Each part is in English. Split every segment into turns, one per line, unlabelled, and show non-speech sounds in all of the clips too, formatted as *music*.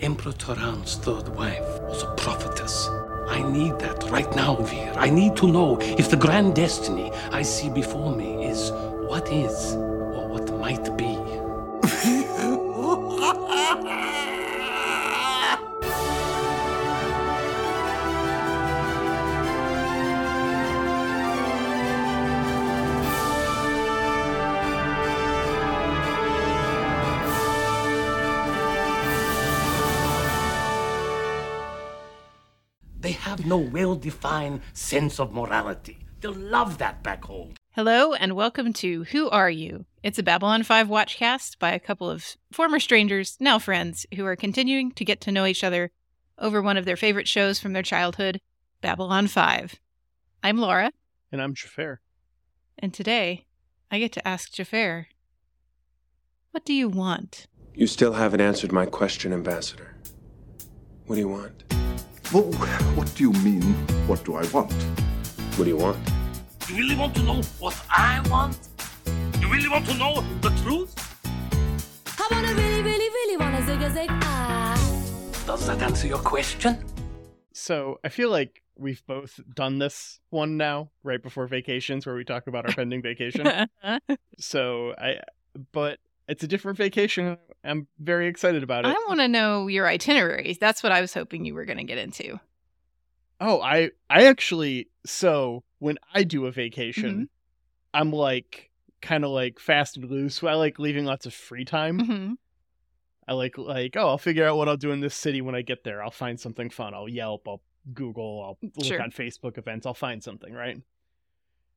Emperor Turan's third wife was a prophetess. I need that right now, Veer. I need to know if the grand destiny I see before me is what is or what might be. They have no well defined sense of morality. They'll love that back home.
Hello and welcome to Who Are You? It's a Babylon 5 watchcast by a couple of former strangers, now friends, who are continuing to get to know each other over one of their favorite shows from their childhood, Babylon 5. I'm Laura,
And I'm Jafar.
and today I get to ask Jafar, What do you want?
You still haven't answered my question, Ambassador. What do you want?
Well, what do you mean, what do I want?
What do you want?
You really want to know what I want? You really want to know the truth?
I wanna really, really, really wanna zig a zig ah.
Does that answer your question?
So I feel like we've both done this one now, right before vacations, where we talk about our pending vacation.
*laughs*
So I, but it's a different vacation. I'm very excited about it.
I want to know your itineraries. That's what I was hoping you were going to get into.
Oh, I, I actually, so when I do a vacation, I'm like kind of like fast and loose. So I like leaving lots of free time.
hmm
I like like oh I'll figure out what I'll do in this city when I get there. I'll find something fun. I'll Yelp. I'll Google. I'll look
Sure.
on Facebook events. I'll find something right.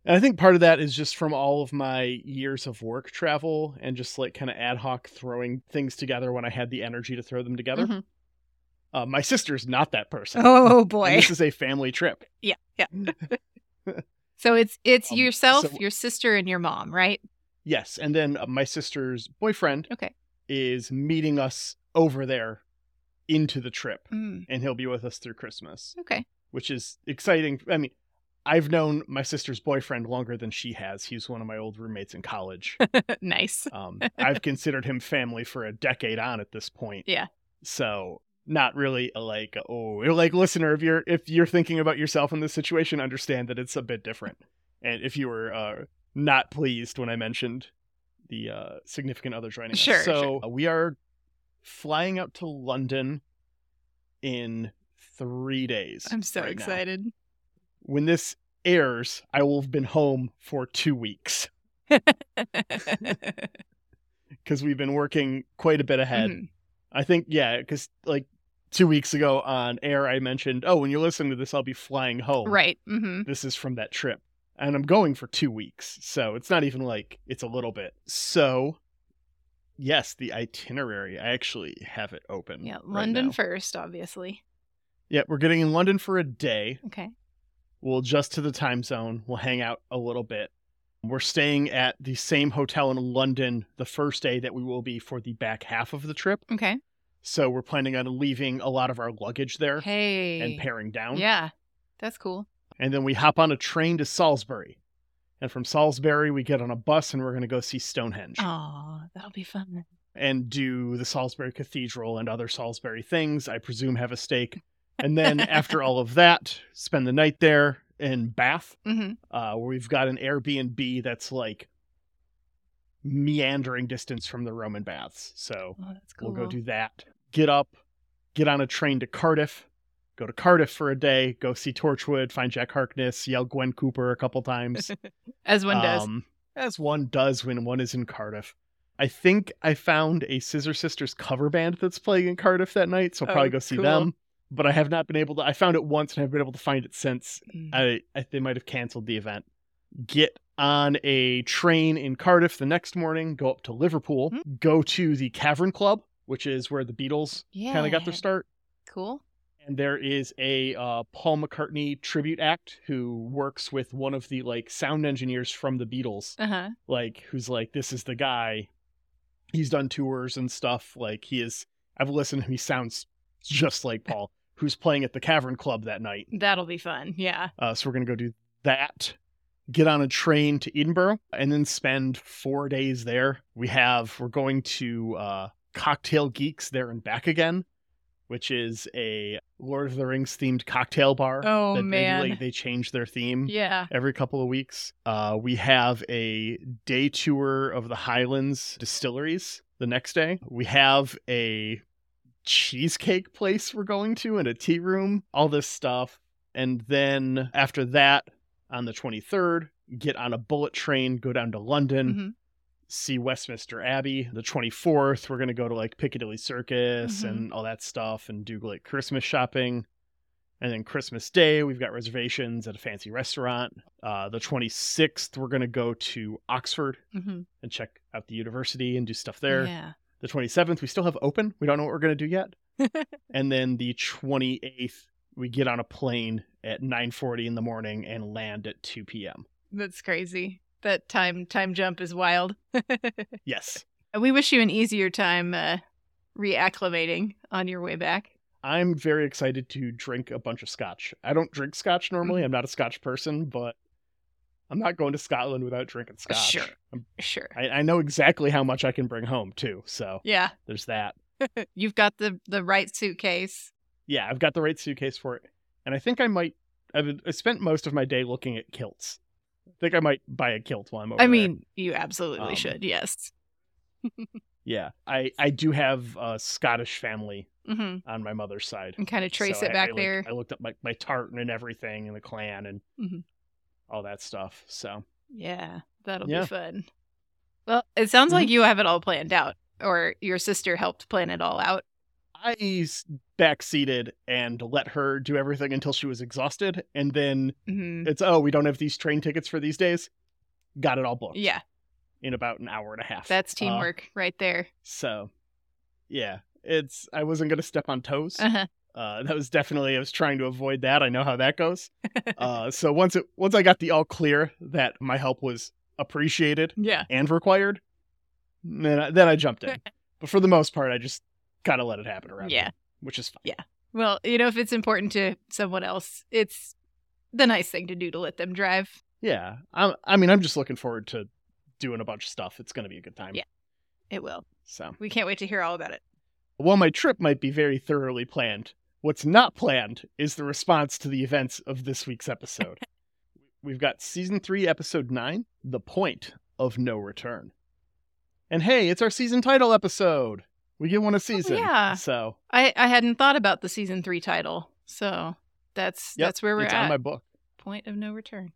And I think part of that is just from all of my years of work travel and just like kind of ad hoc throwing things together when I had the energy to throw them together.
Mhm.
Uh, my sister's not that person.
Oh
And
boy.
this is a family trip.
yeah. Yeah. so it's it's
Um,
yourself,
so-
your sister and your mom, right?
Yes, and then uh, my sister's boyfriend
Okay.
is meeting us over there into the trip,
Mm,
and he'll be with us through Christmas.
okay. *laughs*
which is exciting. I mean, I've known my sister's boyfriend longer than she has. He's one of my old roommates in college.
nice. *laughs*
Um, I've considered him family for a decade on at this point.
Yeah.
So not really a, like oh like listener if you're if you're thinking about yourself in this situation understand that it's a bit different and if you were uh not pleased when i mentioned the uh significant other joining us
Sure,
so
sure.
uh, we are flying out to london in three days
I'm so
right now
excited.
*laughs* when this airs, I will have been home for two weeks
Mm-hmm.
because we've been working quite a bit ahead.
Mhm.
I think, yeah, because like two weeks ago on air, I mentioned, oh, when you're listening to this, I'll be flying home.
Right. hmm
This is from that trip. And I'm going for two weeks. So it's not even like it's a little bit. So, yes, the itinerary, I actually have it open.
Yeah.
right
London
now.
first, obviously.
Yeah, we're getting in London for a day.
Okay.
We'll adjust to the time zone. We'll hang out a little bit. We're staying at the same hotel in London the first day that we will be for the back half of the trip.
Okay.
So we're planning on leaving a lot of our luggage there
Hey.
and paring down.
Yeah. That's cool.
And then we hop on a train to Salisbury. And from Salisbury, we get on a bus and we're going to go see Stonehenge
Oh, that'll be fun.
and do the Salisbury Cathedral and other Salisbury things. I presume have a stake.
*laughs*
And then after all of that, spend the night there in Bath.
hmm
uh, where we've got an Airbnb that's like meandering distance from the Roman baths. So
Oh, that's cool.
we'll go do that. Get up, get on a train to Cardiff, go to Cardiff for a day, go see Torchwood, find Jack Harkness, yell Gwen Cooper a
*laughs*
couple times.
As one does.
Um, as one does when one is in Cardiff. I think I found a Scissor Sisters cover band that's playing in Cardiff that night, so I'll
Oh,
probably go see
cool.
them. But I have not been able to. I found it once and I haven't been able to find it since.
Mm.
I, I they might have canceled the event. Get on a train in Cardiff the next morning, go up to Liverpool,
Hmm.
go to the Cavern Club, which is where the Beatles
yeah.
kind of got their start.
Cool.
And there is a uh, Paul McCartney tribute act who works with one of the like sound engineers from the Beatles,
Uh huh.
like who's like this is the guy. He's done tours and stuff. Like he is. I've listened to him. He sounds just like Paul, who's playing at the Cavern Club that night.
That'll be fun. Yeah.
Uh, so we're going to go do that. Get on a train to Edinburgh and then spend four days there. We have, we're going to uh, Cocktail Geeks there and back again, which is a Lord of the Rings themed cocktail bar.
Oh,
that they-
man.
like, they change their theme
Yeah.
every couple of weeks. Uh, we have a day tour of the Highlands distilleries the next day. We have a cheesecake place we're going to and a tea room, all this stuff. And then after that, on the 23rd, get on a bullet train, go down to London,
Mhm.
see Westminster Abbey. The 24th, we're going to go to like Piccadilly Circus
Mhm.
and all that stuff and do like Christmas shopping. And then Christmas Day, we've got reservations at a fancy restaurant. Uh, the 26th, we're going to go to Oxford
Mhm.
and check out the university and do stuff there.
Yeah.
The 27th, we still have open. We don't know what we're going
*laughs*
to do yet. and then the 28th, we get on a plane at 9:40 in the morning and land at 2 p.m.
That's crazy. That time time jump is wild. *laughs*
Yes.
we wish you an easier time uh, reacclimating on your way back.
I'm very excited to drink a bunch of scotch. I don't drink scotch
Mm-hmm.
normally. I'm not a scotch person, but I'm not going to Scotland without drinking scotch.
Sure.
I'm-
Sure.
I, I know exactly how much I can bring home, too. So
Yeah.
there's that.
You've got the the right suitcase.
Yeah, I've got the right suitcase for it. And I think I might, I've I spent most of my day looking at kilts. I think I might buy a kilt while I'm over
I
there.
mean, you absolutely
Um,
should. Yes.
yeah, I, I do have a Scottish family
hmm
on my mother's side.
And kind of trace
So
it
I- I
back
looked-
there.
I looked up my, my tartan and everything and the clan and
Mhm.
all that stuff. So
yeah. That'll
Yeah. Mm-hmm.
be fun. Well, it sounds like you have it all planned out, or your sister helped plan it all out.
I s- backseated and let her do everything until she was exhausted. And then
hmm
it's, oh, we don't have these train tickets for these days. Got it all booked
Yeah.
in about an hour and a half.
That's
Uh,
teamwork right there.
so, yeah, it's, I wasn't going to step on toes.
Uh-huh.
Uh, that was definitely I was trying to avoid that. I know how
*laughs*
that goes. uh, so once it once I got the all clear that my help was appreciated
Yeah.
and required, then I, then I
*laughs*
jumped in. but for the most part, I just kind of let it happen around.
Yeah.
me, which is fine.
Well, you know, if it's important to someone else, it's the nice thing to do to let them drive.
Yeah, I'm, I mean, I'm just looking forward to doing a bunch of stuff. It's going to be a good time.
Yeah. It will.
So
We can't wait to hear all about it.
while my trip might be very thoroughly planned, what's not planned is the response to the events of this week's
*laughs*
episode. We've got season three, episode nine, the point of no return. And hey, it's our season title episode. We get one a season.
Oh, yeah.
So
I, I hadn't thought about the season three title, so that's
yep,
that's where we're
it's
at.
on my book.
Point of no return.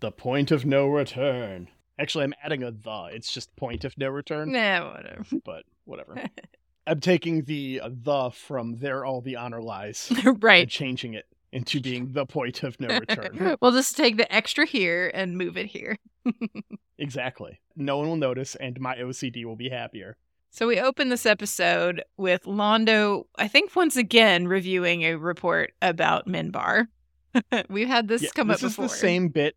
The point of no return. Actually, I'm adding a the. It's just point of no
*laughs*
return.
Nah, whatever.
but whatever. I'm taking the uh, the from there all the honor lies
*laughs*
and
right.
changing it into being the point of no
*laughs*
return.
we'll just take the extra here and move it here.
exactly. No one will notice, and my OCD will be happier.
So we open this episode with Londo, I think once again reviewing a report about Minbar. *laughs* We've had this
Yeah,
come
this
up
is
before.
the same bit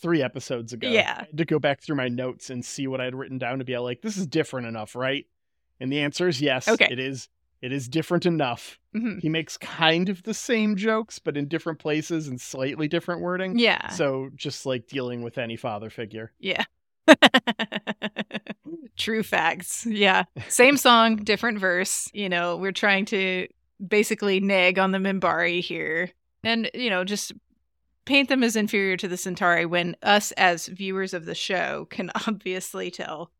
three episodes ago.
Yeah.
I had to go back through my notes and see what I had written down to be like, this is different enough, right? And the answer is yes.
Okay.
It is. It is different enough.
Mhm.
He makes kind of the same jokes, but in different places and slightly different wording.
Yeah.
So just like dealing with any father figure.
Yeah. *laughs* True facts. Yeah. Same song, different verse. You know, we're trying to basically nag on the Mimbari here and, you know, just paint them as inferior to the Centauri when us as viewers of the show can *laughs* obviously tell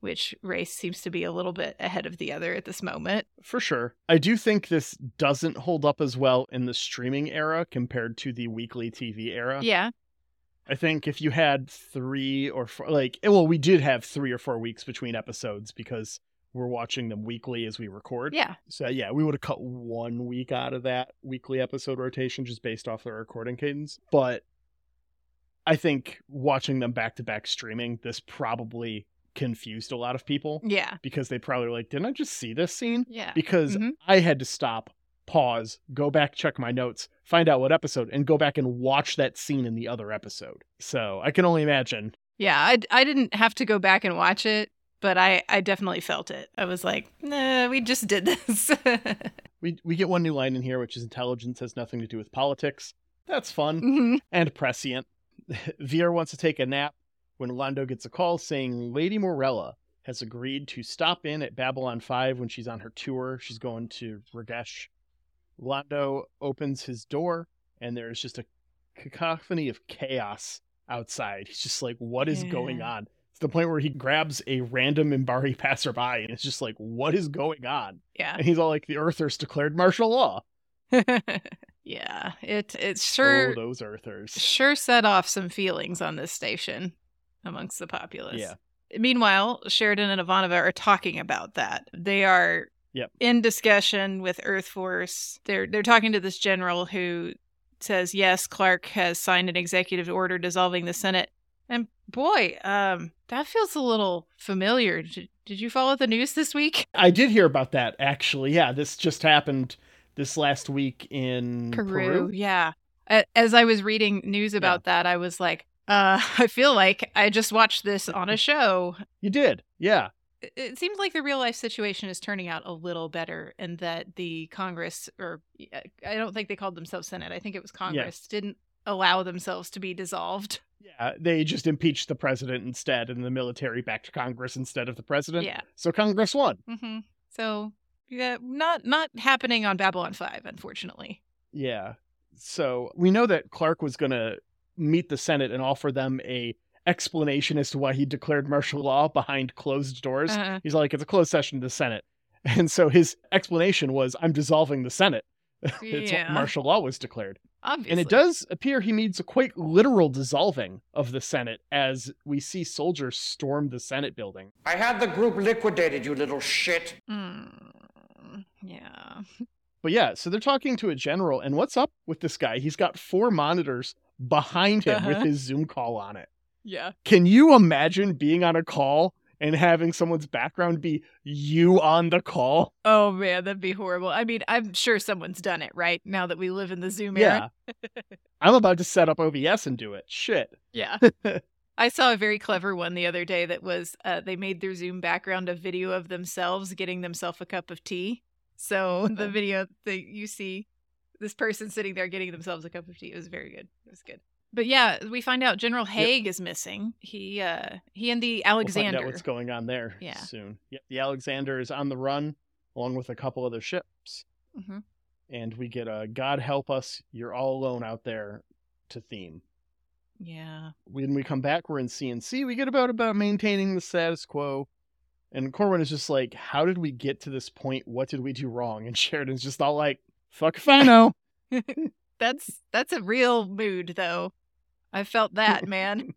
which race seems to be a little bit ahead of the other at this moment.
For sure. I do think this doesn't hold up as well in the streaming era compared to the weekly TV era.
Yeah.
I think if you had three or four, like, eh, well, we did have three or four weeks between episodes because we're watching them weekly as we record.
Yeah.
So, yeah, we would have cut one week out of that weekly episode rotation just based off the recording cadence. But I think watching them back to back streaming, this probably confused a lot of people
Yeah.
because they probably were like, didn't I just see this scene?
Yeah.
because
Mhm.
I had to stop, pause, go back, check my notes, find out what episode, and go back and watch that scene in the other episode. So I can only imagine.
Yeah, I, I didn't have to go back and watch it, but I, I definitely felt it. I was like, nah, we just did this. *laughs*
We we get one new line in here, which is intelligence has nothing to do with politics. That's fun
Mhm.
and *laughs* prescient. Veer wants to take a nap when Londo gets a call saying Lady Morella has agreed to stop in at Babylon 5 when she's on her tour. She's going to Ragesh. Londo opens his door, and there's just a cacophony of chaos outside. He's just like, what is
Yeah.
going on? It's the point where he grabs a random Mbari *laughs* passerby, and it's just like, what is going on? *laughs*
Yeah.
And he's all like, the Earthers declared martial law.
*laughs* yeah. It it sure
Oh, those Earthers.
sure set off some feelings on this station amongst the populace.
Yeah.
Meanwhile, Sheridan and Ivanova are talking about that. They are
Yep.
in discussion with Earth Force. They're they're talking to this general who says, "Yes, Clark has signed an executive order dissolving the Senate." And boy, um, that feels a little familiar. Did, did you follow the news this week?
I did hear about that, actually. Yeah, this just happened this last week in
Peru. Yeah. A- As I was reading news about that, I was like, uh, *laughs* I feel like I just watched this on a show.
You did. Yeah.
It- It seems like the real life situation is turning out a little better, and that the Congress, or uh, I don't think they called themselves Senate, I think it was Congress, didn't allow themselves to be dissolved.
Yeah, they just impeached the president instead and the military back to Congress instead of the president.
Yeah.
So Congress won.
hmm So, yeah, not not happening on Babylon Five, unfortunately.
Yeah. So we know that Clark was going to meet the Senate and offer them a explanation as to why he declared martial law behind closed doors.
Uh-huh.
He's like, it's a closed session of the Senate. *laughs* And so his explanation was, I'm dissolving the Senate. It's
Yeah.
what martial law was declared.
Obviously,
And it does appear he means a quite literal dissolving of the Senate as we see soldiers storm the Senate building.
I had the group liquidated, you little shit.
Mm, yeah.
But yeah, so they're talking to a general, and what's up with this guy? He's got four monitors behind him with
Uh-huh.
his Zoom call on it.
Yeah.
Can you imagine being on a call and having someone's background be you on the call?
Oh man, that'd be horrible. I mean, I'm sure someone's done it, right? Now that we live in the Zoom era. *laughs*
I'm about to set up OBS and do it. Shit.
Yeah.
*laughs*
I saw a very clever one the other day that was uh, they made their Zoom background a video of themselves getting themselves a cup of tea. So
*laughs*
the video that you see this person sitting there getting themselves a cup of tea it was very good. It was good. But yeah, we find out General Haig is missing. He uh he and the
We'll find
Alexander.
out what's going on there
Yeah.
soon. Yep, the Alexander is on the run along with a couple other ships,
Mhm.
and we get a God help us, you're all alone out there to theme. *laughs*
Yeah. *laughs*
when we come back, we're in CNC. We get about about maintaining the status quo. And Corwin is just like, "How did we get to this point? What did we do wrong?" And *laughs* Sheridan's just all like, "Fuck if I know." *laughs*
That's that's a real mood though. I felt
*laughs*
that, man.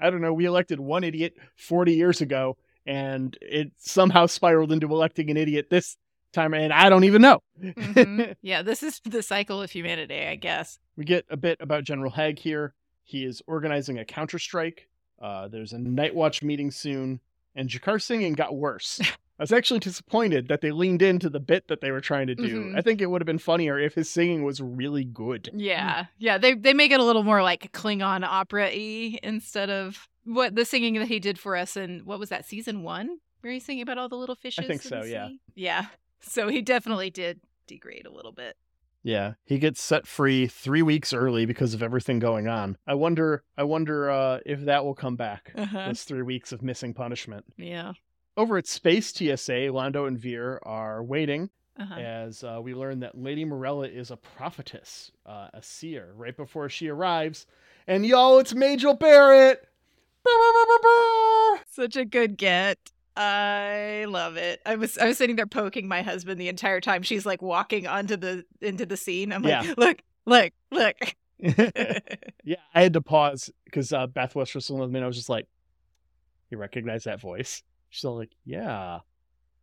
I don't know. We elected one idiot 40 years ago, and it somehow spiraled into electing an idiot this time, and I don't even know. *laughs*
Mhm. yeah, this is the cycle of humanity, I guess.
We get a bit about General Haig here. He is organizing a counterstrike. Uh, there's a night watch meeting soon, and Jakar singing got worse. I was actually disappointed that they leaned into the bit that they were trying to do.
Mhm.
I think it would have been funnier if his singing was really good.
Yeah, yeah. They they make it a little more like Klingon opera y instead of what the singing that he did for us in what was that season one? Were you singing about all the little fishes?
think
in
so,
the
yeah.
sea? Yeah. So he definitely did degrade a little bit.
Yeah, he gets set free three weeks early because of everything going on. I wonder, I wonder uh, if that will come back.
Uh-huh.
Those three weeks of missing punishment.
Yeah.
Over at Space TSA, Lando and Veer are waiting
Uh-huh.
as uh, we learn that Lady Morella is a prophetess, uh, a seer, right before she arrives. And y'all, it's Majel Barrett! Brr, brr, brr, brr, brr.
Such a good get. I love it. I was I was sitting there poking my husband the entire time. She's like walking onto the into the scene. I'm like,
Yeah.
look, look, look.
yeah, I had to pause because uh, Beth was for some minute. I was just like, "You recognize that voice?" She's all like, "Yeah,"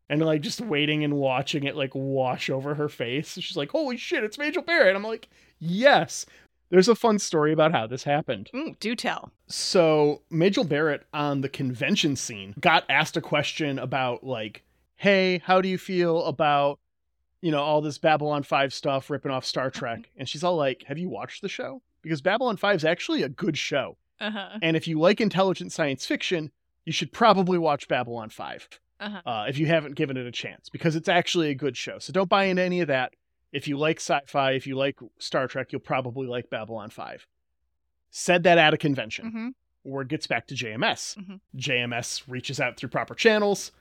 and like just waiting and watching it like wash over her face. And she's like, "Holy shit, it's Majel Barrett!" I'm like, "Yes." There's a fun story about how this happened.
Mm, do tell.
So Majel Barrett on the convention scene got asked a question about like, hey, how do you feel about you know all this Babylon Five stuff ripping off Star Trek? And she's all like, have you watched the show? Because Babylon Five is actually a good show,
Uh-huh.
and if you like intelligent science fiction, you should probably watch Babylon Five
Uh-huh.
uh, if you haven't given it a chance because it's actually a good show. So don't buy into any of that. If you like sci fi, if you like Star Trek, you'll probably like Babylon 5. Said that at a convention.
Mm-hmm.
word gets back to JMS.
Mhm.
JMS reaches out through proper channels.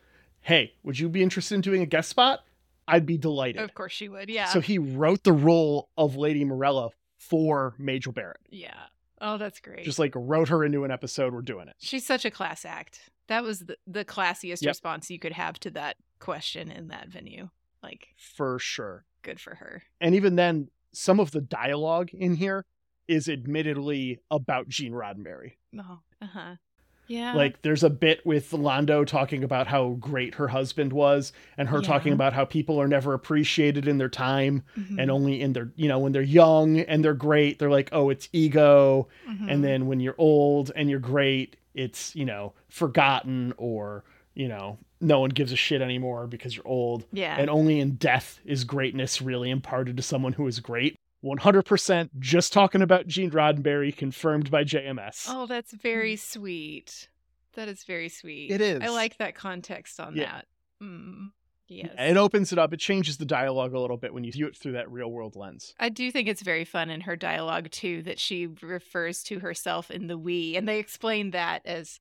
Hey, would you be interested in doing a guest spot? I'd be delighted.
Of course she would. Yeah.
So he wrote the role of Lady Morella for Major Barrett.
yeah. Oh, that's great.
Just like wrote her into an episode. We're doing it.
She's such a class act. That was the, the classiest
Yep.
response you could have to that question in that venue. Like,
For sure.
good for her.
And even then, some of the dialogue in here is admittedly about Gene Roddenberry.
Oh, uh huh. Yeah.
Like there's a bit with Londo talking about how great her husband was and her
Yeah.
talking about how people are never appreciated in their time
Mhm,
and only in their you know when they're young and they're great they're like oh it's ego
mhm.
and then when you're old and you're great it's you know forgotten or you know no one gives a shit anymore because you're old
yeah.
and only in death is greatness really imparted to someone who is great 100% just talking about Gene Roddenberry confirmed by JMS
oh, that's very sweet. That is very sweet.
Mm. It is.
I like that context on
Yeah.
that. Mm. Yes.
It opens it up. It changes the dialogue a little bit when you view it through that real world lens.
I do think it's very fun in her dialogue too that she refers to herself in the we, and they explain that as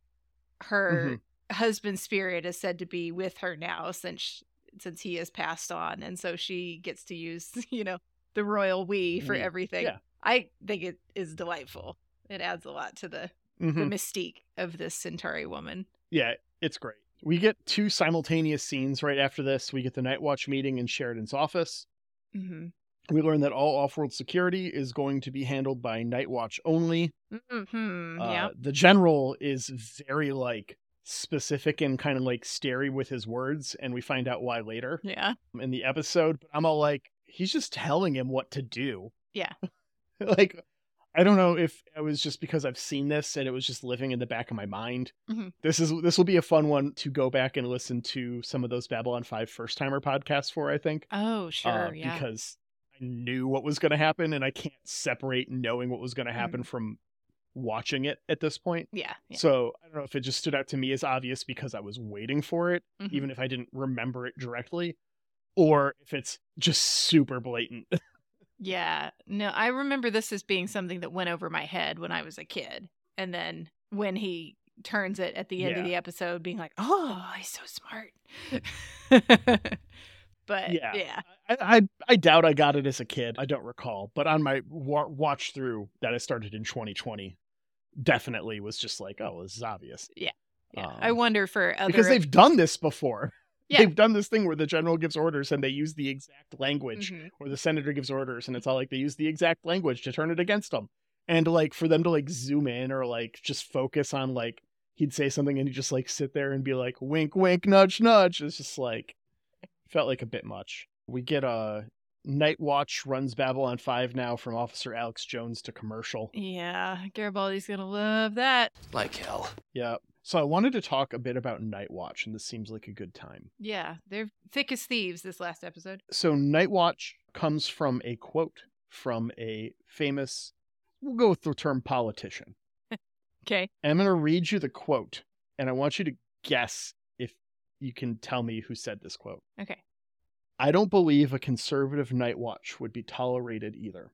her
Mm-hmm.
husband spirit is said to be with her now since since he has passed on, and so she gets to use *laughs* you know the royal we for
We,
everything.
yeah.
I think it is delightful. It adds a lot to the
Mm-hmm.
the mystique of this Centauri woman.
Yeah, it's great. We get two simultaneous scenes right after this. We get the Night Watch meeting in Sheridan's office.
hmm
We learn that all off world security is going to be handled by Night Watch only.
hmm
Uh,
yeah.
The general is very like specific and kind of like stary with his words, and we find out why later
Yeah.
in the episode. But I'm all like, he's just telling him what to do.
Yeah.
*laughs* like I don't know if it was just because I've seen this and it was just living in the back of my mind.
Mhm.
This is this will be a fun one to go back and listen to some of those Babylon Five first timer podcasts for. I think,
Oh, sure.
Uh,
yeah.
because I knew what was going to happen and I can't separate knowing what was going
Mm-hmm.
to happen from watching it at this point.
yeah. Yeah.
So I don't know if it just stood out to me as obvious because I was waiting for it,
Mhm.
even if I didn't remember it directly, or if it's just super blatant. *laughs*
Yeah. No, I remember this as being something that went over my head when I was a kid. And then when he turns it at the end of
Yeah.
the episode, being like, oh, he's so
*laughs*
smart. but yeah.
Yeah. I, I I doubt I got it as a kid. I don't recall, but on my wa- watch through that I started in 2020, definitely was just like, oh, this is obvious
yeah. I
Um,
wonder for other.
because they've done this before. *laughs*
Yeah.
They've done this thing where the general gives orders and they use the exact language,
Mhm.
or the senator gives orders and it's all like they use the exact language to turn it against them, and like for them to like zoom in or like just focus on like he'd say something and he'd just like sit there and be like wink wink nudge nudge. It's just like felt like a bit much. We get a Night Watch runs Babylon 5 now from Officer Alex Jones to commercial.
Yeah. Garibaldi's going to love that.
Like hell.
Yeah. So I wanted to talk a bit about Night Watch, and this seems like a good time.
Yeah. They're thick as thieves this last episode.
So Night Watch comes from a quote from a famous, we'll go with the term politician.
Okay.
And I'm going to read you the quote, and I want you to guess if you can tell me who said this quote.
Okay.
I don't believe a conservative night watch would be tolerated either.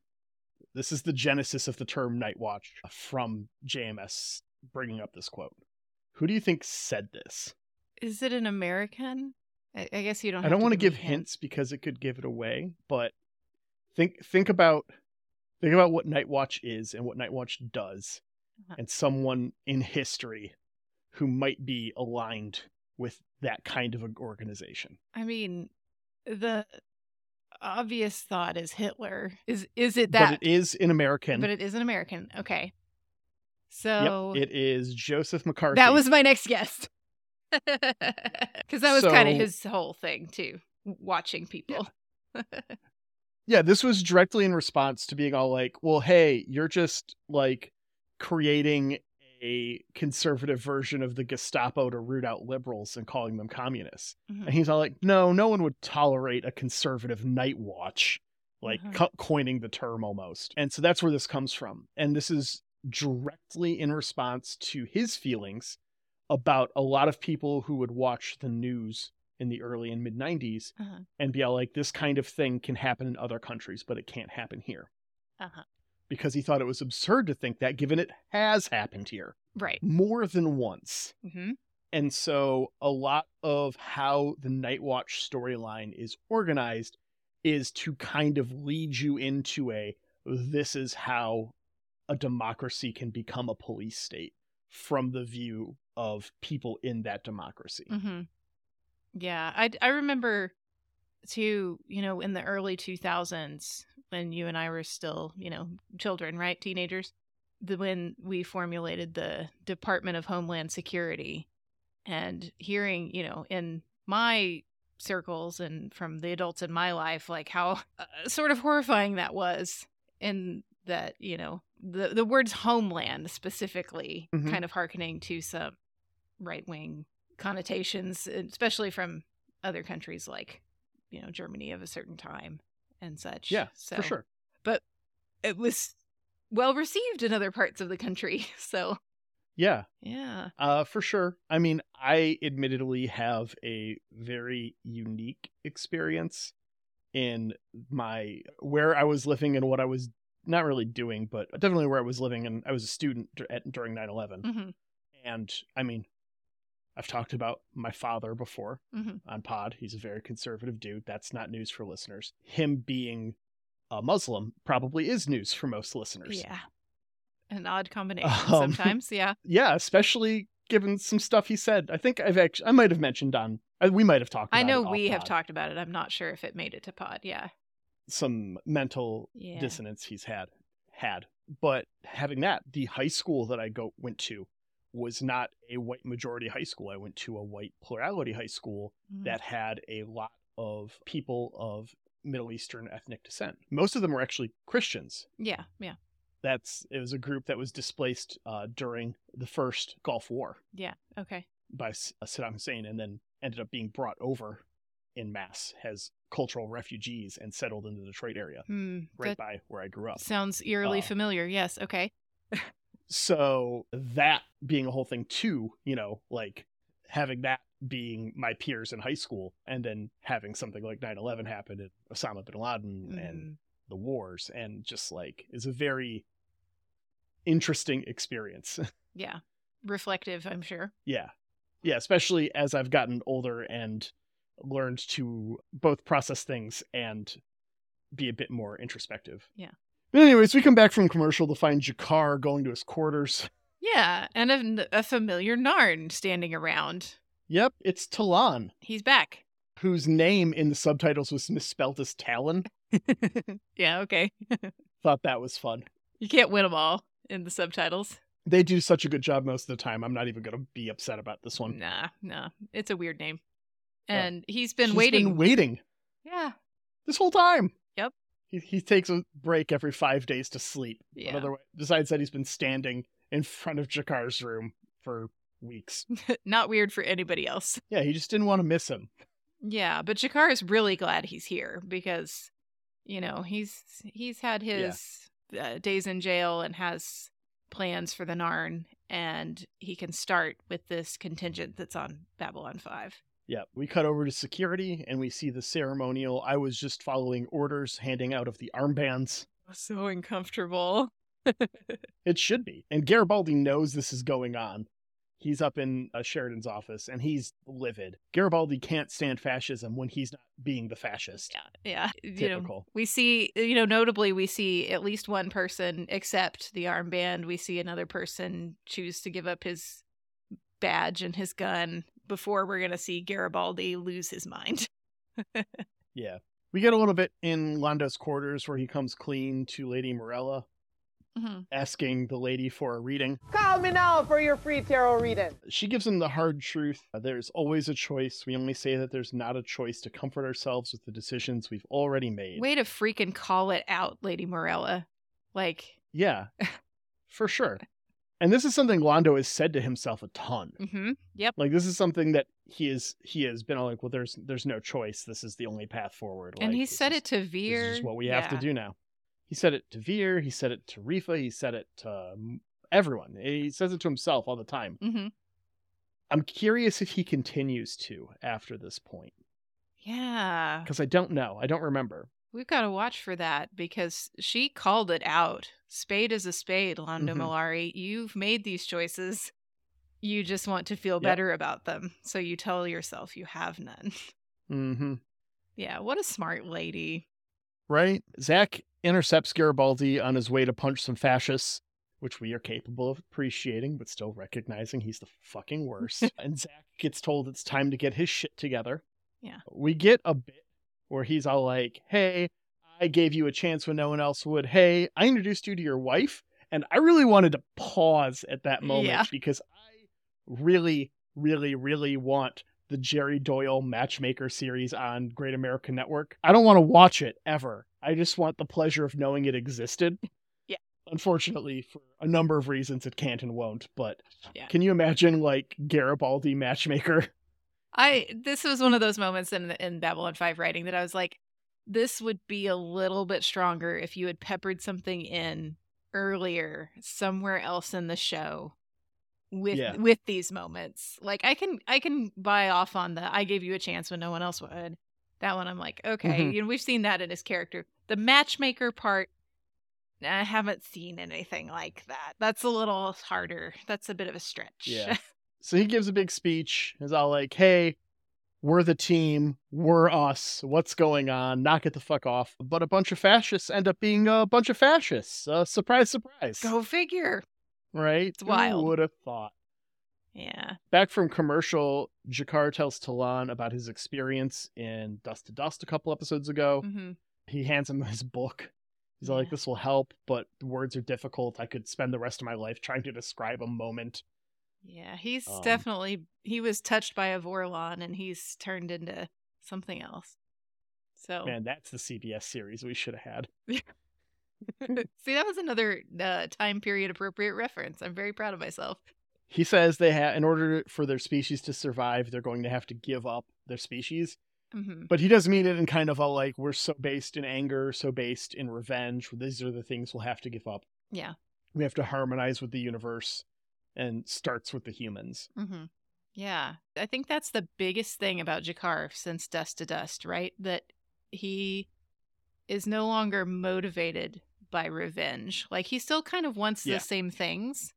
This is the genesis of the term night watch from JMS bringing up this quote. Who do you think said this?
Is it an American? I, I guess you don't
I
have
don't want to
to
give
me
hints because it could give it away, but think think about think about what Night Watch is and what Night Watch does
Uh-huh.
and someone in history who might be aligned with that kind of an organization.
I mean, the obvious thought is Hitler. Is is it
But
that?
it is an American.
But it is an American. Okay.
Yep,
So
it is Joseph McCarthy.
that was my next *laughs* guess. Because that was kind of
So-
his whole thing too, watching people.
Yeah, this was directly in response to being all like, well, hey, you're just like creating a conservative version of the Gestapo to root out liberals and calling them communists.
Mhm.
And he's all like, no, no one would tolerate a conservative night watch, like
Uh-huh.
co- coining the term almost. And so that's where this comes from. And this is directly in response to his feelings about a lot of people who would watch the news in the early and mid 90s
Uh-huh.
and be all like, this kind of thing can happen in other countries, but it can't happen here.
Uh-huh.
Because he thought it was absurd to think that, given it has happened here.
Right.
more than once.
hmm
And so a lot of how the Night Watch storyline is organized is to kind of lead you into a this is how a democracy can become a police state from the view of people in that democracy.
hmm Yeah, I I remember too. You know, in the early two thousands, when you and I were still, you know, children, right, teenagers, the, when we formulated the Department of Homeland Security, and hearing, you know, in my circles and from the adults in my life, like how uh, sort of horrifying that was, and that you know the the words homeland specifically
Mhm.
kind of hearkening to some right wing connotations, especially from other countries like, you know, Germany of a certain time and such.
Yeah,
so
for sure.
it was well received in other parts of the country. *laughs* So
Yeah,
yeah,
uh, for sure. I mean, I admittedly have a very unique experience in my where I was living and what I was not really doing, but definitely where I was living. And I was a student dur- at, during 9 11.
hmm
And I mean, I've talked about my father before
Mhm.
on pod. He's a very conservative dude. That's not news for listeners. Him being a Muslim probably is news for most listeners.
yeah, an odd combination
Um, *laughs*
sometimes. Yeah,
yeah, especially given some stuff he said. I think I've actually, I might have mentioned on, uh, we might have talked. About
I know
it
we
off
have
pod,
talked about it. I'm not sure if it made it to pod. Yeah,
some mental
yeah,
dissonance he's had had, but having that, the high school that I go went to was not a white majority high school. I went to a white plurality high school
Mhm.
that had a lot of people of Middle Eastern ethnic descent. Most of them were actually Christians.
yeah, yeah,
That's it was a group that was displaced uh, during the first Gulf War.
yeah. Okay.
by S- uh, Saddam Hussein and then ended up being brought over in mass as cultural refugees and settled in the Detroit area,
Hmm.
right
that
by where I grew up.
sounds eerily
uh,
familiar. Yes. Okay.
So that being a whole thing too, you know, like having that being my peers in high school and then having something like 9/11 happen and Osama bin Laden and
Mhm.
the wars and just like is a very interesting experience.
Yeah. Reflective. I'm sure.
Yeah. Yeah, especially as I've gotten older and learned to both process things and be a bit more introspective.
Yeah.
But anyways, we come back from commercial to find Jakar going to his quarters.
Yeah, and a, a familiar Narn standing around.
Yep, it's Talon,
He's
*laughs*
back.
whose name in the subtitles was misspelled as Talon.
yeah, okay.
Thought that was fun.
You can't win them all in the subtitles.
They do such a good job most of the time. I'm not even going to be upset about this one.
Nah, nah. It's a weird name.
Yeah.
And he's been
He's
waiting.
Been waiting
yeah.
this whole time.
Yep.
He, he takes a break every five days to sleep.
Yeah.
But otherwise, besides that, he's been standing in front of Jakar's room for weeks.
*laughs* Not weird for anybody else.
yeah, he just didn't want to miss him.
Yeah, but Jakar is really glad he's here because you know, he's he's had
Yeah.
his uh, days in jail and has plans for the Narn and he can start with this contingent that's on Babylon 5.
Yeah, we cut over to security and we see the ceremonial. I was just following orders, handing out of the armbands.
So uncomfortable.
It should be. And Garibaldi knows this is going on. He's up in uh, Sheridan's office and he's livid. Garibaldi can't stand fascism when he's not being the fascist.
Yeah. You know,
Typical.
we see you know notably we see at least one person accept the armband we see another person choose to give up his badge and his gun before we're going to see garibaldi lose his mind
Yeah. We get a little bit in Lando's quarters where he comes clean to Lady Morella,
Mm-hmm.
asking the lady for a reading.
Call me now for your free tarot reading.
She gives him the hard truth. uh, There's always a choice. We only say that there's not a choice to comfort ourselves with the decisions we've already made.
way to freaking call it out lady morella like
Yeah,
*laughs*
for sure. And this is something Lando has said to himself a ton.
hmm yep
Like this is something that he is he has been all like, well, there's there's no choice. This is the only path forward.
and
Like,
he
this
said
is-
it to
This
veer
is just what we have to do now. He said it to Veer. He said it to Rifa. He said it to um, everyone. He says it to himself all the time.
hmm
I'm curious if he continues to after this point
yeah
because I don't know. I don't remember.
We've got to watch for that because she called it out. Spade is a spade, Londo
Mhm.
Malari. You've made these choices. You just want to feel
Yep.
better about them. So you tell yourself you have none. *laughs*
Mm-hmm.
yeah, what a smart lady.
Right? Zach intercepts Garibaldi on his way to punch some fascists, which we are capable of appreciating, but still recognizing he's the
*laughs*
fucking worst. and Zach gets told it's time to get his shit together.
Yeah.
We get a bit where he's all like, hey, I gave you a chance when no one else would. Hey, I introduced you to your wife. And I really wanted to pause at that moment
Yeah.
because I really, really, really want the Jerry Doyle Matchmaker series on Great American Network. I don't want to watch it ever. I just want the pleasure of knowing it existed.
*laughs* Yeah.
Unfortunately, for a number of reasons, it can't and won't. But
Yeah.
can you imagine like Garibaldi Matchmaker? *laughs*
I this was one of those moments in the, in Babylon 5 writing that I was like this would be a little bit stronger if you had peppered something in earlier somewhere else in the show with
Yeah.
with these moments. Like I can I can buy off on the I gave you a chance when no one else would. That one I'm like, okay,
Mhm.
you know we've seen that in his character. The matchmaker part I haven't seen anything like that. That's a little harder. That's a bit of a stretch.
Yeah. So he gives a big speech. Is all like, "Hey, we're the team. We're us. What's going on? Knock it the fuck off." But a bunch of fascists end up being a bunch of fascists. Uh, surprise, surprise.
*laughs* Go figure.
right? It's
wild.
Who would have thought?
Yeah.
Back from commercial, Jakar tells Talon about his experience in Dust to Dust a couple episodes ago.
hmm
He hands him *laughs* his book. He's
Yeah.
like, "This will help, but the words are difficult. I could spend the rest of my life trying to describe a moment."
Yeah, he's
Um,
definitely he was touched by a Vorlon and he's turned into something else. So
Man, that's the CBS series we should have had.
*laughs* see, that was another uh, time period appropriate reference. I'm very proud of myself.
He says they have, in order for their species to survive, they're going to have to give up their species.
hmm
But he does mean it in kind of a like, we're so based in anger, so based in revenge. These are the things we'll have to give up.
Yeah.
We have to harmonize with the universe and starts with the humans.
hmm Yeah, I think that's the biggest thing about Jakar since Dust to Dust, right? That he is no longer motivated by revenge. Like he still kind of wants
Yeah.
the same things,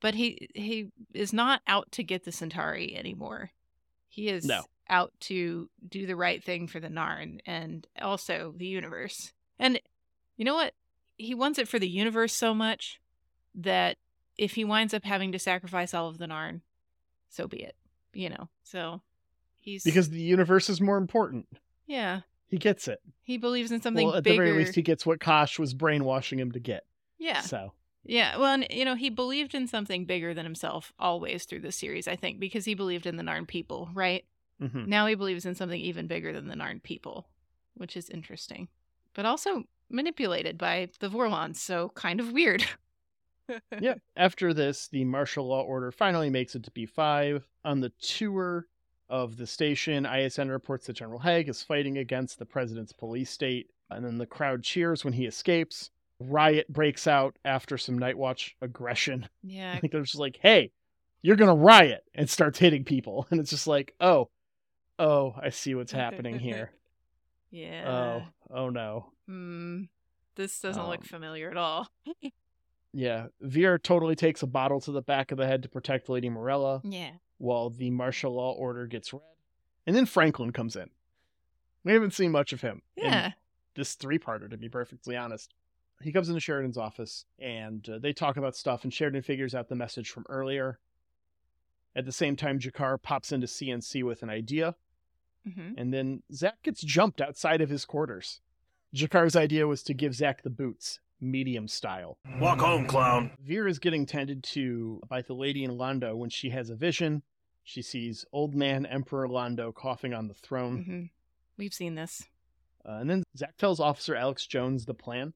but he he is not out to get the Centauri anymore. He is
No.
out to do the right thing for the Narn and also the universe. And you know what? He wants it for the universe so much that if he winds up having to sacrifice all of the Narn, so be it. You know, so he's
Because the universe is more important.
yeah,
He gets it.
he believes in something
well, at
bigger.
the very least, he gets what Kosh was brainwashing him to get.
yeah,
So,
yeah. Well, and you know, he believed in something bigger than himself always through this series. I think because he believed in the Narn people, right? *laughs*
mhm.
Now he believes in something even bigger than the Narn people, which is interesting, but also manipulated by the Vorlons, so kind of weird. *laughs*
yeah. After this, the martial law order finally makes it to B5. On the tour of the station, ISN reports that General Haig is fighting against the president's police state, and then the crowd cheers when he escapes. Riot breaks out after some Night Watch aggression. *laughs*
Yeah,
I think they're just like, hey, you're going to riot, and starts hitting people. And it's just like, oh, oh, I
*laughs*
see what's happening here.
yeah.
Oh, oh no.
Hmm. This doesn't look
Um,
familiar at all.
Yeah. Veer totally takes a bottle to the back of the head to protect Lady Morella.
Yeah.
while the martial law order gets read. And then Franklin comes in. We haven't seen much of him in
Yeah.
this three parter, to be perfectly honest. He comes into Sheridan's office and uh, they talk about stuff, and Sheridan figures out the message from earlier. At the same time, Jakar pops into CNC with an idea,
hmm
and then Zack gets jumped outside of his quarters. Jakar's idea was to give Zack the boots, medium style.
Walk home, clown.
Veer is getting tended to by the lady in Londo when she has a vision. She sees old man Emperor Londo coughing on the throne.
hmm We've seen this. Mm-hmm.
Uh, and then Zack tells Officer Alex Jones the plan.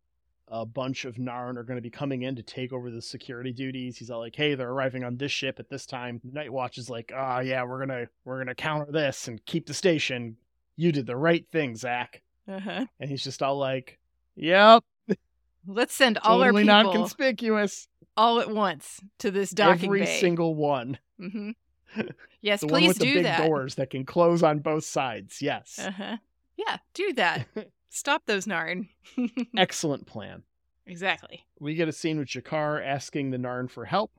A bunch of Narn are going to be coming in to take over the security duties. He's all like, "Hey, they're arriving on this ship at this time." Night Watch is like, "Ah, yeah, we're gonna we're gonna counter this and keep the station. You did the right thing, Zack."
Uh-huh.
And he's just all like, "Yep,
Let's send all
totally
our people
non-conspicuous.
all at once to this docking
Every
bay.
single one."
hmm
*laughs*
Yes,
the one
please
with the
do Uh,
big
that.
doors that can close on both sides. Yes. *laughs*
Uh-huh. Yeah, do that. Stop those Narn. *laughs*
Excellent plan.
exactly.
We get a scene with Jakar asking the Narn for help.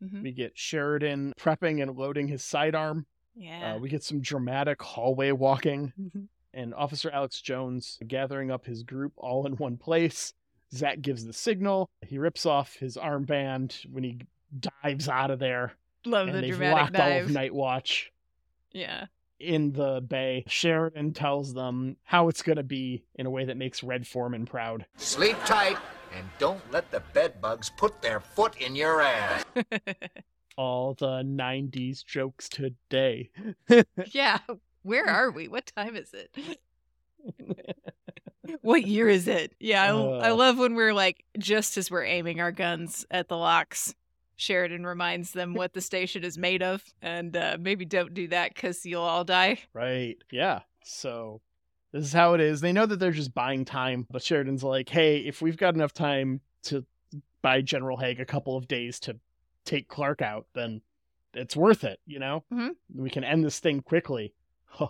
hmm
We get Sheridan prepping and loading his sidearm.
Yeah.
Uh, we get some dramatic hallway walking
Mhm.
and Officer Alex Jones gathering up his group all in one place. Zach gives the signal. He rips off his armband when he dives out of there.
Love
and
the
they've
dramatic
locked all of
dive.
Night Watch. *laughs*
Yeah.
in the bay, Sheridan tells them how it's going to be in a way that makes Red Foreman proud.
Sleep tight and don't let the bed bugs put their foot in your ass.
All the 90s jokes today. *laughs*
yeah. Where
Mm.
are we? What time is it? *laughs* what year is it? Yeah, I, I
Uh.
love when we're like, just as we're aiming our guns at the locks, Sheridan reminds them what the station is made of, and uh, maybe don't do that because you'll all die.
right. Yeah. So this is how it is. They know that they're just buying time, but Sheridan's like, hey, if we've got enough time to buy General Haig a couple of days to take Clark out, then it's worth it, you know?
Mhm.
We can end this thing quickly. Huh.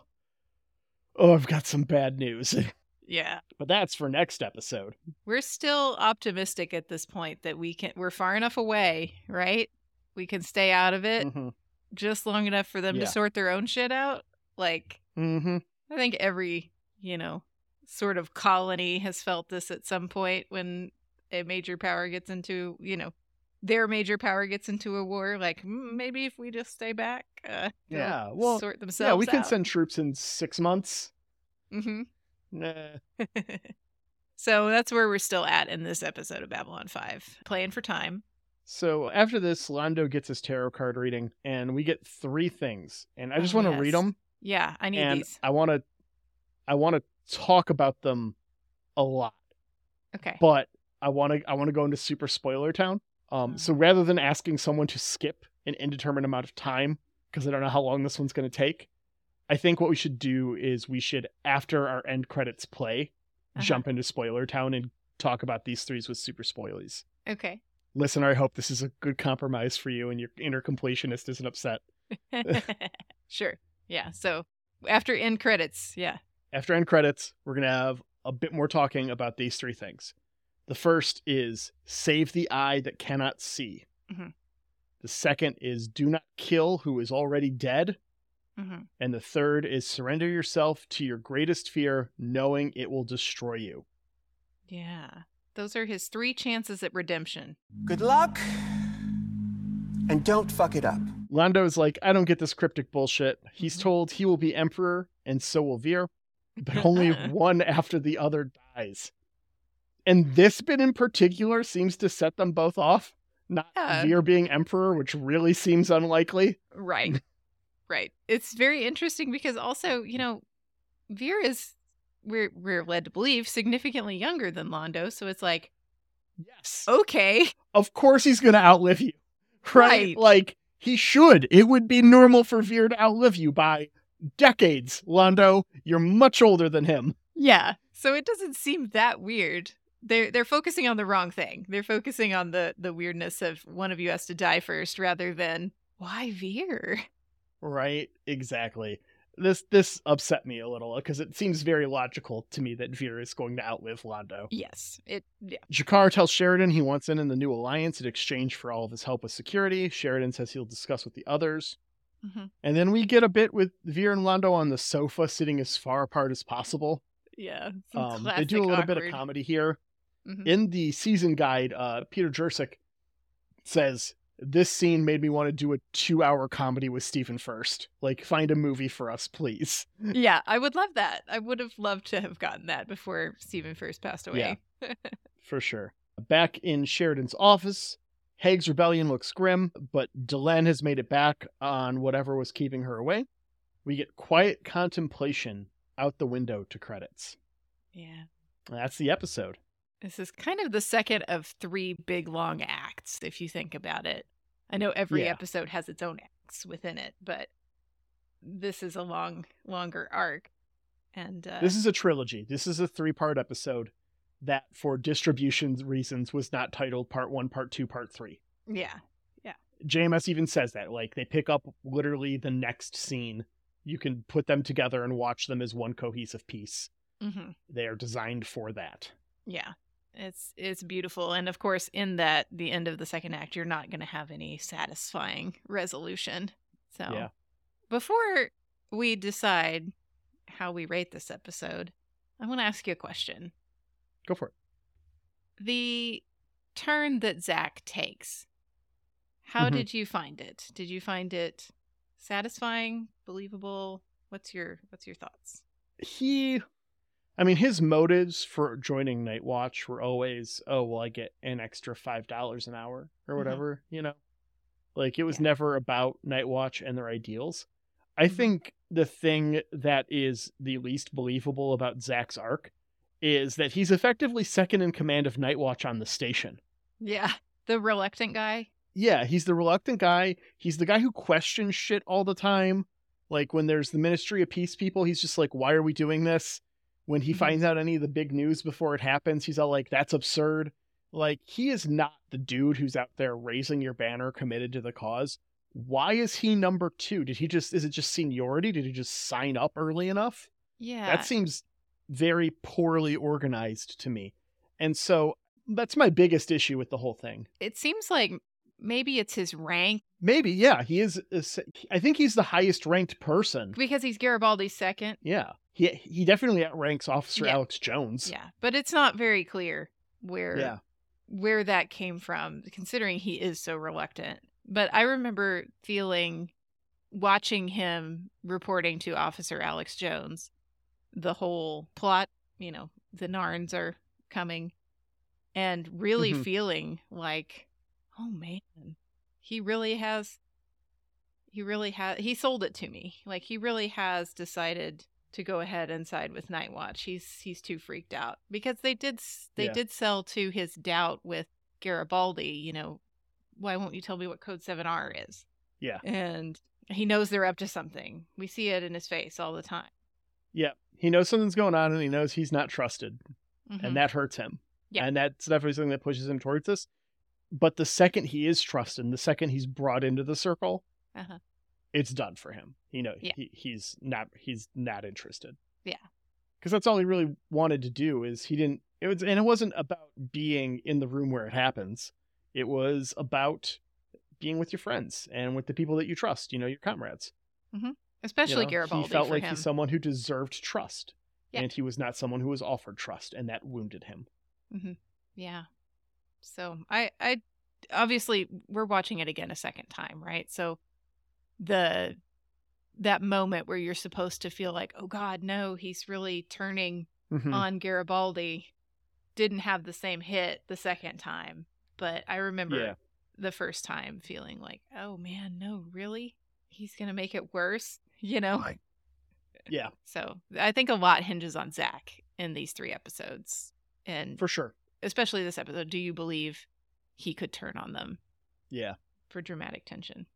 Oh, I've got some bad news. *laughs*
Yeah.
but that's for next episode.
We're still optimistic at this point that we can we're far enough away, right? We can stay out of it
Mhm.
just long enough for them to
Yeah.
sort their own shit out. Like
Mm-hmm.
I think every, you know, sort of colony has felt this at some point when a major power gets into, you know, their major power gets into a war like "Mm, maybe if we just stay back uh they'll
Yeah, well,
sort themselves
Yeah, we can
out.
send troops in six months.
Mhm.
Nah.
*laughs* so that's where we're still at in this episode of Babylon 5 playing for time
So after this, Lando gets his tarot card reading, and we get three things. And I just
Oh,
want to
yes.
read them,
Yeah, I need
and
these.
I want to, I want to talk about them a lot.
Okay.
But I want to, I want to go into super spoiler town. Um,
Oh.
so rather than asking someone to skip an indeterminate amount of time because I don't know how long this one's going to take, I think what we should do is we should after our end credits play,
Uh-huh.
jump into spoiler town and talk about these threes with super spoilies. *laughs*
Okay. *laughs*
listener, I hope this is a good compromise for you and your inner completionist isn't upset.
sure. Yeah. So after end credits, yeah.
After end credits, we're going to have a bit more talking about these three things. The first is save the eye that cannot see.
Mhm.
The second is do not kill who is already dead.
hmm
And the third is surrender yourself to your greatest fear, knowing it will destroy you.
Yeah. Those are his three chances at redemption.
Good luck and don't fuck it up.
Lando's like, I don't get this cryptic bullshit. He's
Mm-hmm.
told he will be emperor and so will Veer,
*laughs*
but only one after the other dies. And this bit in particular seems to set them both off. Not
Yeah.
Veer being emperor, which really seems unlikely.
Right. right. It's very interesting because also, you know, Veer is we're we're led to believe significantly younger than Londo, so it's like,
Yes.
Oh. okay. *laughs*
Of course he's going to outlive you. *laughs* Right?
Right.
Like, he should. It would be normal for Veer to outlive you by decades. Londo, you're much older than him.
Yeah. So it doesn't seem that weird. They're they're focusing on the wrong thing. They're focusing on the the weirdness of one of you has to die first rather than why *laughs* Veer?
Right, exactly. This this upset me a little because it seems very logical to me that Veer is going to outlive Londo.
Yes. It yeah.
Jakar tells Sheridan he wants in in the new alliance in exchange for all of his help with security. Sheridan says he'll discuss with the others.
Mhm.
And then we get a bit with Veer and Londo on the sofa, sitting as far apart as possible.
Yeah. some
Um, they
classic
do a little bit of
awkward-
comedy here.
Mhm.
In the season guide, uh, Peter Jursic says this scene made me want to do a two-hour comedy with Stephen first. Like, find a movie for us, please.
Yeah, I would love that. I would have loved to have gotten that before Stephen first passed away.
For sure. Back in Sheridan's office, Haig's rebellion looks grim, but Delenn has made it back on whatever was keeping her away. We get quiet contemplation out the window to credits.
Yeah.
And That's the episode.
This is kind of the second of three big long acts, if you think about it. I know every
Yeah.
episode has its own acts within it, but this is a long, longer arc. And uh,
This is a trilogy. This is a three part episode that, for distribution reasons, was not titled part one, part two, part three.
yeah,
JMS even says that. Like, they pick up literally the next scene. You can put them together and watch them as one cohesive piece.
hmm
They are designed for that.
Yeah. It's it's beautiful. And of course, in that the end of the second act, you're not gonna have any satisfying resolution. So
Yeah.
before we decide how we rate this episode, I wanna ask you a question.
Go for it.
The turn that Zach takes, how
Mhm.
did you find it? Did you find it satisfying, believable? What's your what's your thoughts?
he I mean his motives for joining Night Watch were always, oh well I get an extra five dollars an hour or
Mhm.
whatever, you know. Like it was
Yeah.
never about Night Watch and their ideals. I
Mhm.
think the thing that is the least believable about Zack's arc is that he's effectively second in command of Night Watch on the station.
Yeah. The reluctant guy.
Yeah, he's the reluctant guy. He's the guy who questions shit all the time. Like when there's the Ministry of Peace people, he's just like, why are we doing this? When he
Mhm.
finds out any of the big news before it happens, he's all like, that's absurd. Like, he is not the dude who's out there raising your banner committed to the cause. Why is he number two? Did he just, is it just seniority? Did he just sign up early enough?
Yeah.
That seems very poorly organized to me. And so that's my biggest issue with the whole thing.
it seems like maybe it's his rank
Maybe, yeah. He is. a se- I think he's the highest ranked person.
because he's Garibaldi's second.
Yeah, he he definitely outranks Officer
Yeah.
Alex Jones.
Yeah, but it's not very clear where
yeah,
where that came from, considering he is so reluctant. But I remember feeling watching him reporting to Officer Alex Jones the whole plot, you know, the Narns are coming, and really
Mhm.
feeling like, oh man, he really has, he really has, he sold it to me. Like he really has decided to go ahead and side with Night Watch. He's he's too freaked out because they did s- they
Yeah.
did sell to his doubt with Garibaldi. You know, why won't you tell me what Code Seven R is?
Yeah.
and he knows they're up to something. We see it in his face all the time.
yeah. He knows something's going on, and he knows he's not trusted,
Mhm.
and that hurts him.
Yeah.
and that's definitely something that pushes him towards this. But the second he is trusted, the second he's brought into the circle,
Uh-huh.
it's done for him. You know,
Yeah.
he, he's not he's not interested.
Yeah.
because that's all he really wanted to do is he didn't. It was and it wasn't about being in the room where it happens. It was about being with your friends and with the people that you trust. You know, your comrades. You
especially
know,
Garibaldi
he felt
for
like
him.
he's someone who deserved trust,
Yeah.
and he was not someone who was offered trust, and that wounded him.
Yeah. So I I obviously we're watching it again a second time, right? So the that moment where you're supposed to feel like, oh God, no, he's really turning
Mhm.
on Garibaldi didn't have the same hit the second time. But I remember
Yeah.
the first time feeling like, oh man, no, really? He's gonna make it worse, *laughs* you know?
Yeah,
So I think a lot hinges on Zach in these three episodes. And
for sure.
especially this episode, do you believe he could turn on them
Yeah.
for dramatic tension?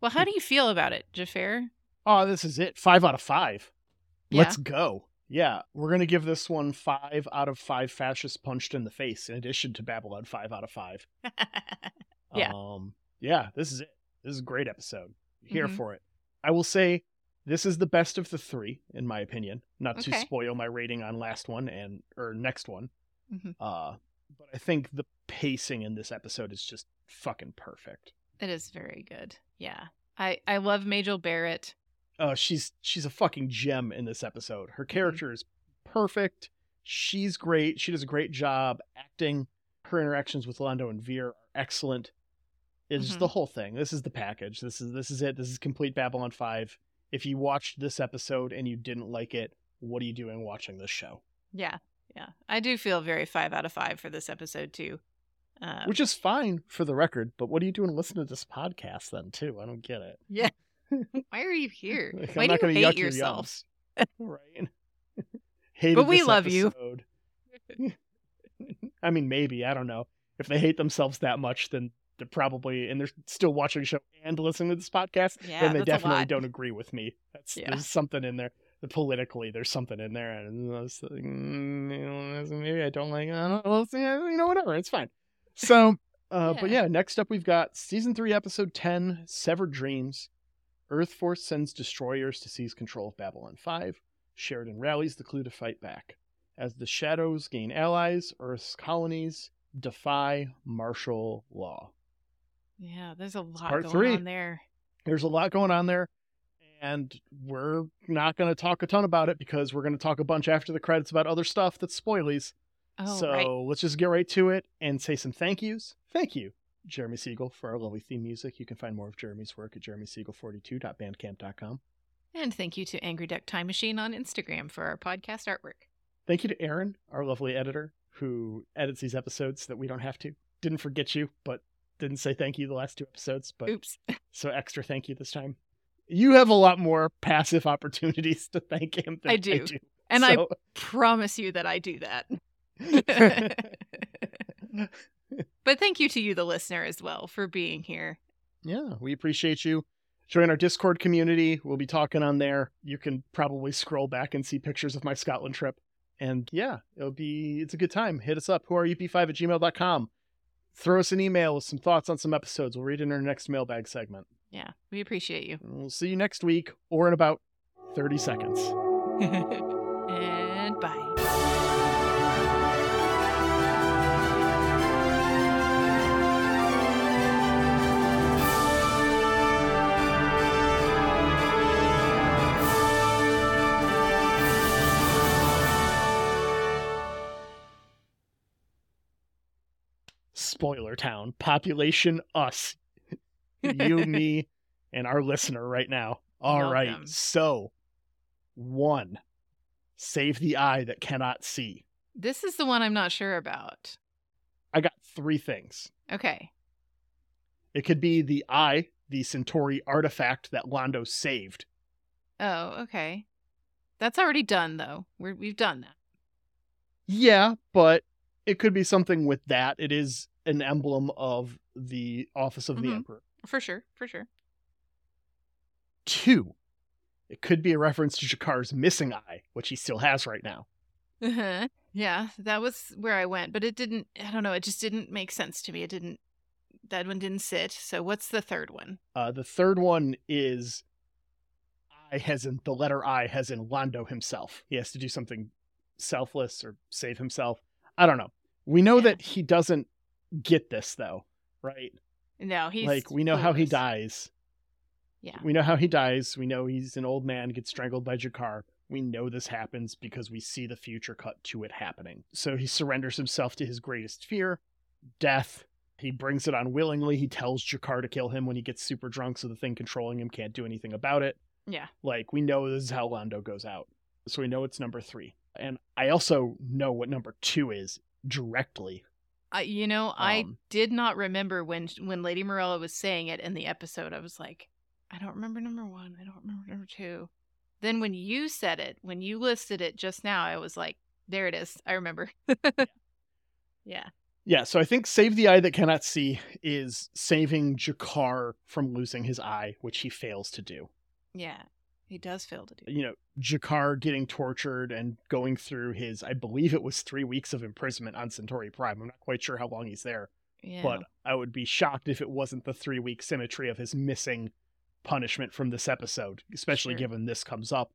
Well,
Hmm.
how do you feel about it, Jafar?
Oh, this is it. Five out of five.
Yeah.
Let's go. Yeah, we're gonna give this one five out of five fascists punched in the face. In addition to Babylon, five out of five.
Yeah.
Um, yeah, this is it. This is a great episode. Here
Mhm.
for it. I will say this is the best of the three, in my opinion. Not to
Okay.
spoil my rating on last one and or next one.
Mhm.
Uh, but I think the pacing in this episode is just fucking perfect.
*laughs* it is very good. Yeah. I, I love Majel Barrett.
Oh, she's she's a fucking gem in this episode. Her character is perfect. She's great. She does a great job acting. Her interactions with Londo and Veer are excellent. It's just the whole thing. This is the package. This is this is it. This is complete Babylon 5. If you watched this episode and you didn't like it, what are you doing watching this show?
Yeah. Yeah. I do feel very five out of five for this episode, too. Um,
Which is fine for the record, but what are you doing listening to this podcast then too? I don't get it.
why are you here?
Like,
why
*laughs* I'm not
do you
gonna
hate
yuck your
yourself?
yums. *laughs*
*laughs*
right. Hated
But we
this
love you.
episode. *laughs* I mean, maybe I don't know. If they hate themselves that much, then they're probably and they're still watching the show and listening to this podcast.
Yeah,
then they
that's a
definitely
lot.
don't agree with me. That's
Yeah.
there's something in there. Politically, there's something in there, and I was like, mm, you know, maybe I don't like. I don't know, you know, whatever. It's fine. So, uh, but
Yeah.
yeah, next up we've got season three, episode ten, Severed Dreams. Earth Force sends destroyers to seize control of Babylon 5. Sheridan rallies the clue to fight back. As the shadows gain allies, Earth's colonies defy martial law.
Yeah, there's a lot
part
going
three.
on there.
There's a lot going on there, and we're not going to talk a ton about it because we're going to talk a bunch after the credits about other stuff that's spoilies.
Oh,
so
right.
let's just get right to it and say some thank yous. Thank you, Jeremy Siegel, for our lovely theme music. You can find more of Jeremy's work at jeremysiegel42.bandcamp.com.
And thank you to Angry Duck Time Machine on Instagram for our podcast artwork.
Thank you to Aaron, our lovely editor, who edits these episodes so that we don't have to. Didn't forget you, but didn't say thank you the last two episodes, but
Oops.
so extra thank you this time. You have a lot more passive *laughs* opportunities to thank him than
I
I do.
do. And I
So-
*laughs*
*laughs*
promise you that I do that. but thank you to you, the listener, as well, for being here.
Yeah, we appreciate you. Join our Discord community. We'll be talking on there. You can probably scroll back and see pictures of my Scotland trip. And yeah, it'll be it's a good time. Hit us up. Who are up5 at gmail.com. Throw us an email with some thoughts on some episodes. We'll read it in our next mailbag segment.
Yeah, we appreciate you.
And we'll see you next week or in about 30 seconds.
and bye.
Spoiler Town, population us, you, me, and our listener right now. All
Welcome.
right, so one, save the eye that cannot see.
This is the one I'm not sure about.
I got three things.
Okay.
It could be the eye, the Centauri artifact that Londo saved.
Oh, okay. That's already done, though. We're, we've done that.
Yeah, but it could be something with that. It is an emblem of the office of the
Mhm.
emperor.
For sure. For sure.
Two, it could be a reference to Jakar's missing eye, which he still has right now.
Uh-huh. Yeah, that was where I went, but it didn't. I don't know. It just didn't make sense to me. It didn't. That one didn't sit. So what's the third one?
Uh, the third one is I has in the letter I has in Londo himself. He has to do something selfless or save himself. I don't know. We know
Yeah.
that he doesn't get this though, right?
No, he's
like we know how he
clueless.
dies.
Yeah.
We know how he dies. We know he's an old man, gets strangled by Jakar. We know this happens because we see the future cut to it happening. So he surrenders himself to his greatest fear, death. He brings it on willingly. He tells Jakar to kill him when he gets super drunk, so the thing controlling him can't do anything about it.
Yeah.
Like we know this is how Londo goes out. So we know it's number three. And I also know what number two is directly.
I, you know, I
Um,
did not remember when when Lady Morella was saying it in the episode. I was like, I don't remember number one. I don't remember number two. Then when you said it, when you listed it just now, I was like, there it is. I remember. *laughs* yeah.
Yeah, so I think save the eye that cannot see is saving Jakar from losing his eye, which he fails to do.
Yeah. He does fail to do.
You know, Jakar getting tortured and going through his, I believe it was three weeks of imprisonment on Centauri Prime. I'm not quite sure how long he's there,
Yeah.
but I would be shocked if it wasn't the three week symmetry of his missing punishment from this episode, especially
Sure.
given this comes up.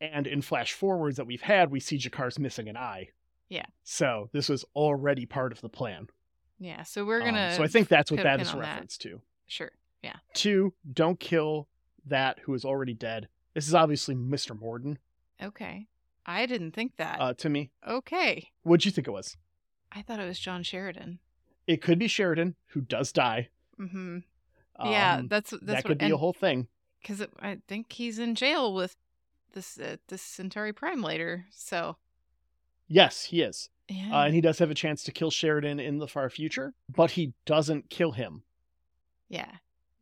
And in flash forwards that we've had, we see Jakar's missing an eye.
Yeah.
So this was already part of the plan.
yeah. So we're
Um,
gonna.
so I think that's what
put a
that
pin
is
on that.
referenced to.
Sure. Yeah.
Two, don't kill that who is already dead. This is obviously Mr. Morden
Okay. I didn't think that.
uh, to me.
okay.
What'd you think it was?
I thought it was John Sheridan.
It could be Sheridan who does die. Um,
hmm yeah, that's that's
that
what,
could be a whole thing.
because I think he's in jail with this uh, this Centauri Prime later. So
Yes, he is,
yeah,
uh, and he does have a chance to kill Sheridan in the far future, but he doesn't kill him.
yeah,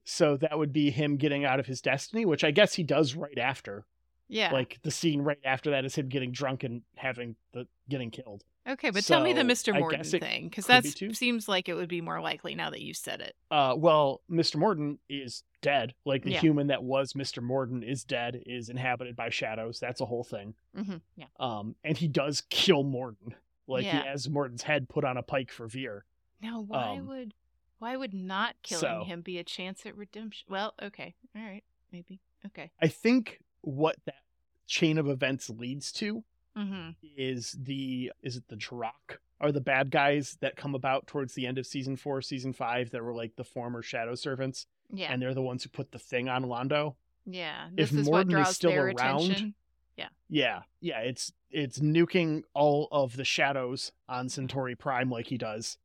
So that would be him getting out of his destiny, which I guess he does right after.
yeah.
Like the scene right after that is him getting drunk and having the getting killed.
okay, but tell me the
so I
Mister
guess
Morden
it
thing because
could
that
be two.
seems like it would be more likely now that you've said it.
uh, well, Mr. Morden is dead. Like the
Yeah.
human that was Mr. Morden is dead, is inhabited by shadows. That's a whole thing.
Mm-hmm. Yeah,
Um, and he does kill Morden. Like
Yeah.
he has Morden's head put on a pike for Veer.
now why
Um,
would why would not killing
so-
him be a chance at redemption? Well, okay, all right, maybe okay.
I think what that chain of events leads to
Mm-hmm.
is the is it the Drock are the bad guys that come about towards the end of season four, season five that were like the former shadow servants,
Yeah.
and they're the ones who put the thing on Londo.
yeah.
if
This is
Morden
what
is
draws
still
their
around-
attention.
Yeah, yeah, it's it's nuking all of the shadows on Centauri Prime like he does,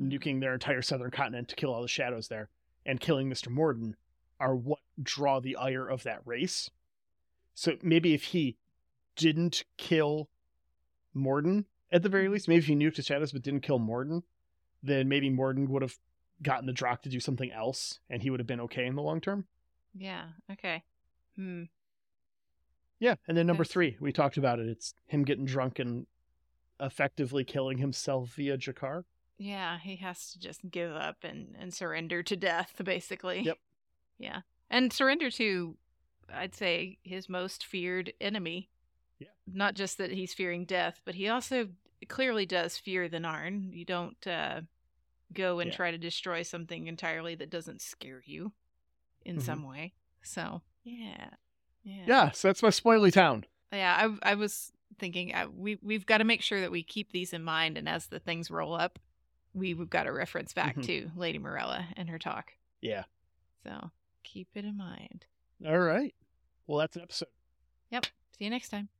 nuking their entire southern continent to kill all the shadows there, and killing Mr. Morden are what draw the ire of that race. So maybe if he didn't kill Morden at the very least, maybe if he nuked the shadows but didn't kill Morden, then maybe Morden would have gotten the Drock to do something else, and he would have been okay in the long term.
Yeah. Okay. Hmm.
Yeah, and then number
Yes.
three, we talked about it. It's him getting drunk and effectively killing himself via Jakar.
Yeah, he has to just give up and, and surrender to death, basically.
Yep.
Yeah. And surrender to, I'd say, his most feared enemy.
Yeah.
Not just that he's fearing death, but he also clearly does fear the Narn. You don't uh, go and
Yeah.
try to destroy something entirely that doesn't scare you in
Mhm.
some way. So, yeah. Yeah.
Yeah, so that's my spoily town.
Yeah, I I was thinking uh, we we've got to make sure that we keep these in mind, and as the things roll up, we, we've got to reference back
Mhm.
to Lady Morella and her talk.
Yeah.
So keep it in mind.
All right. Well, that's an episode.
Yep. See you next time.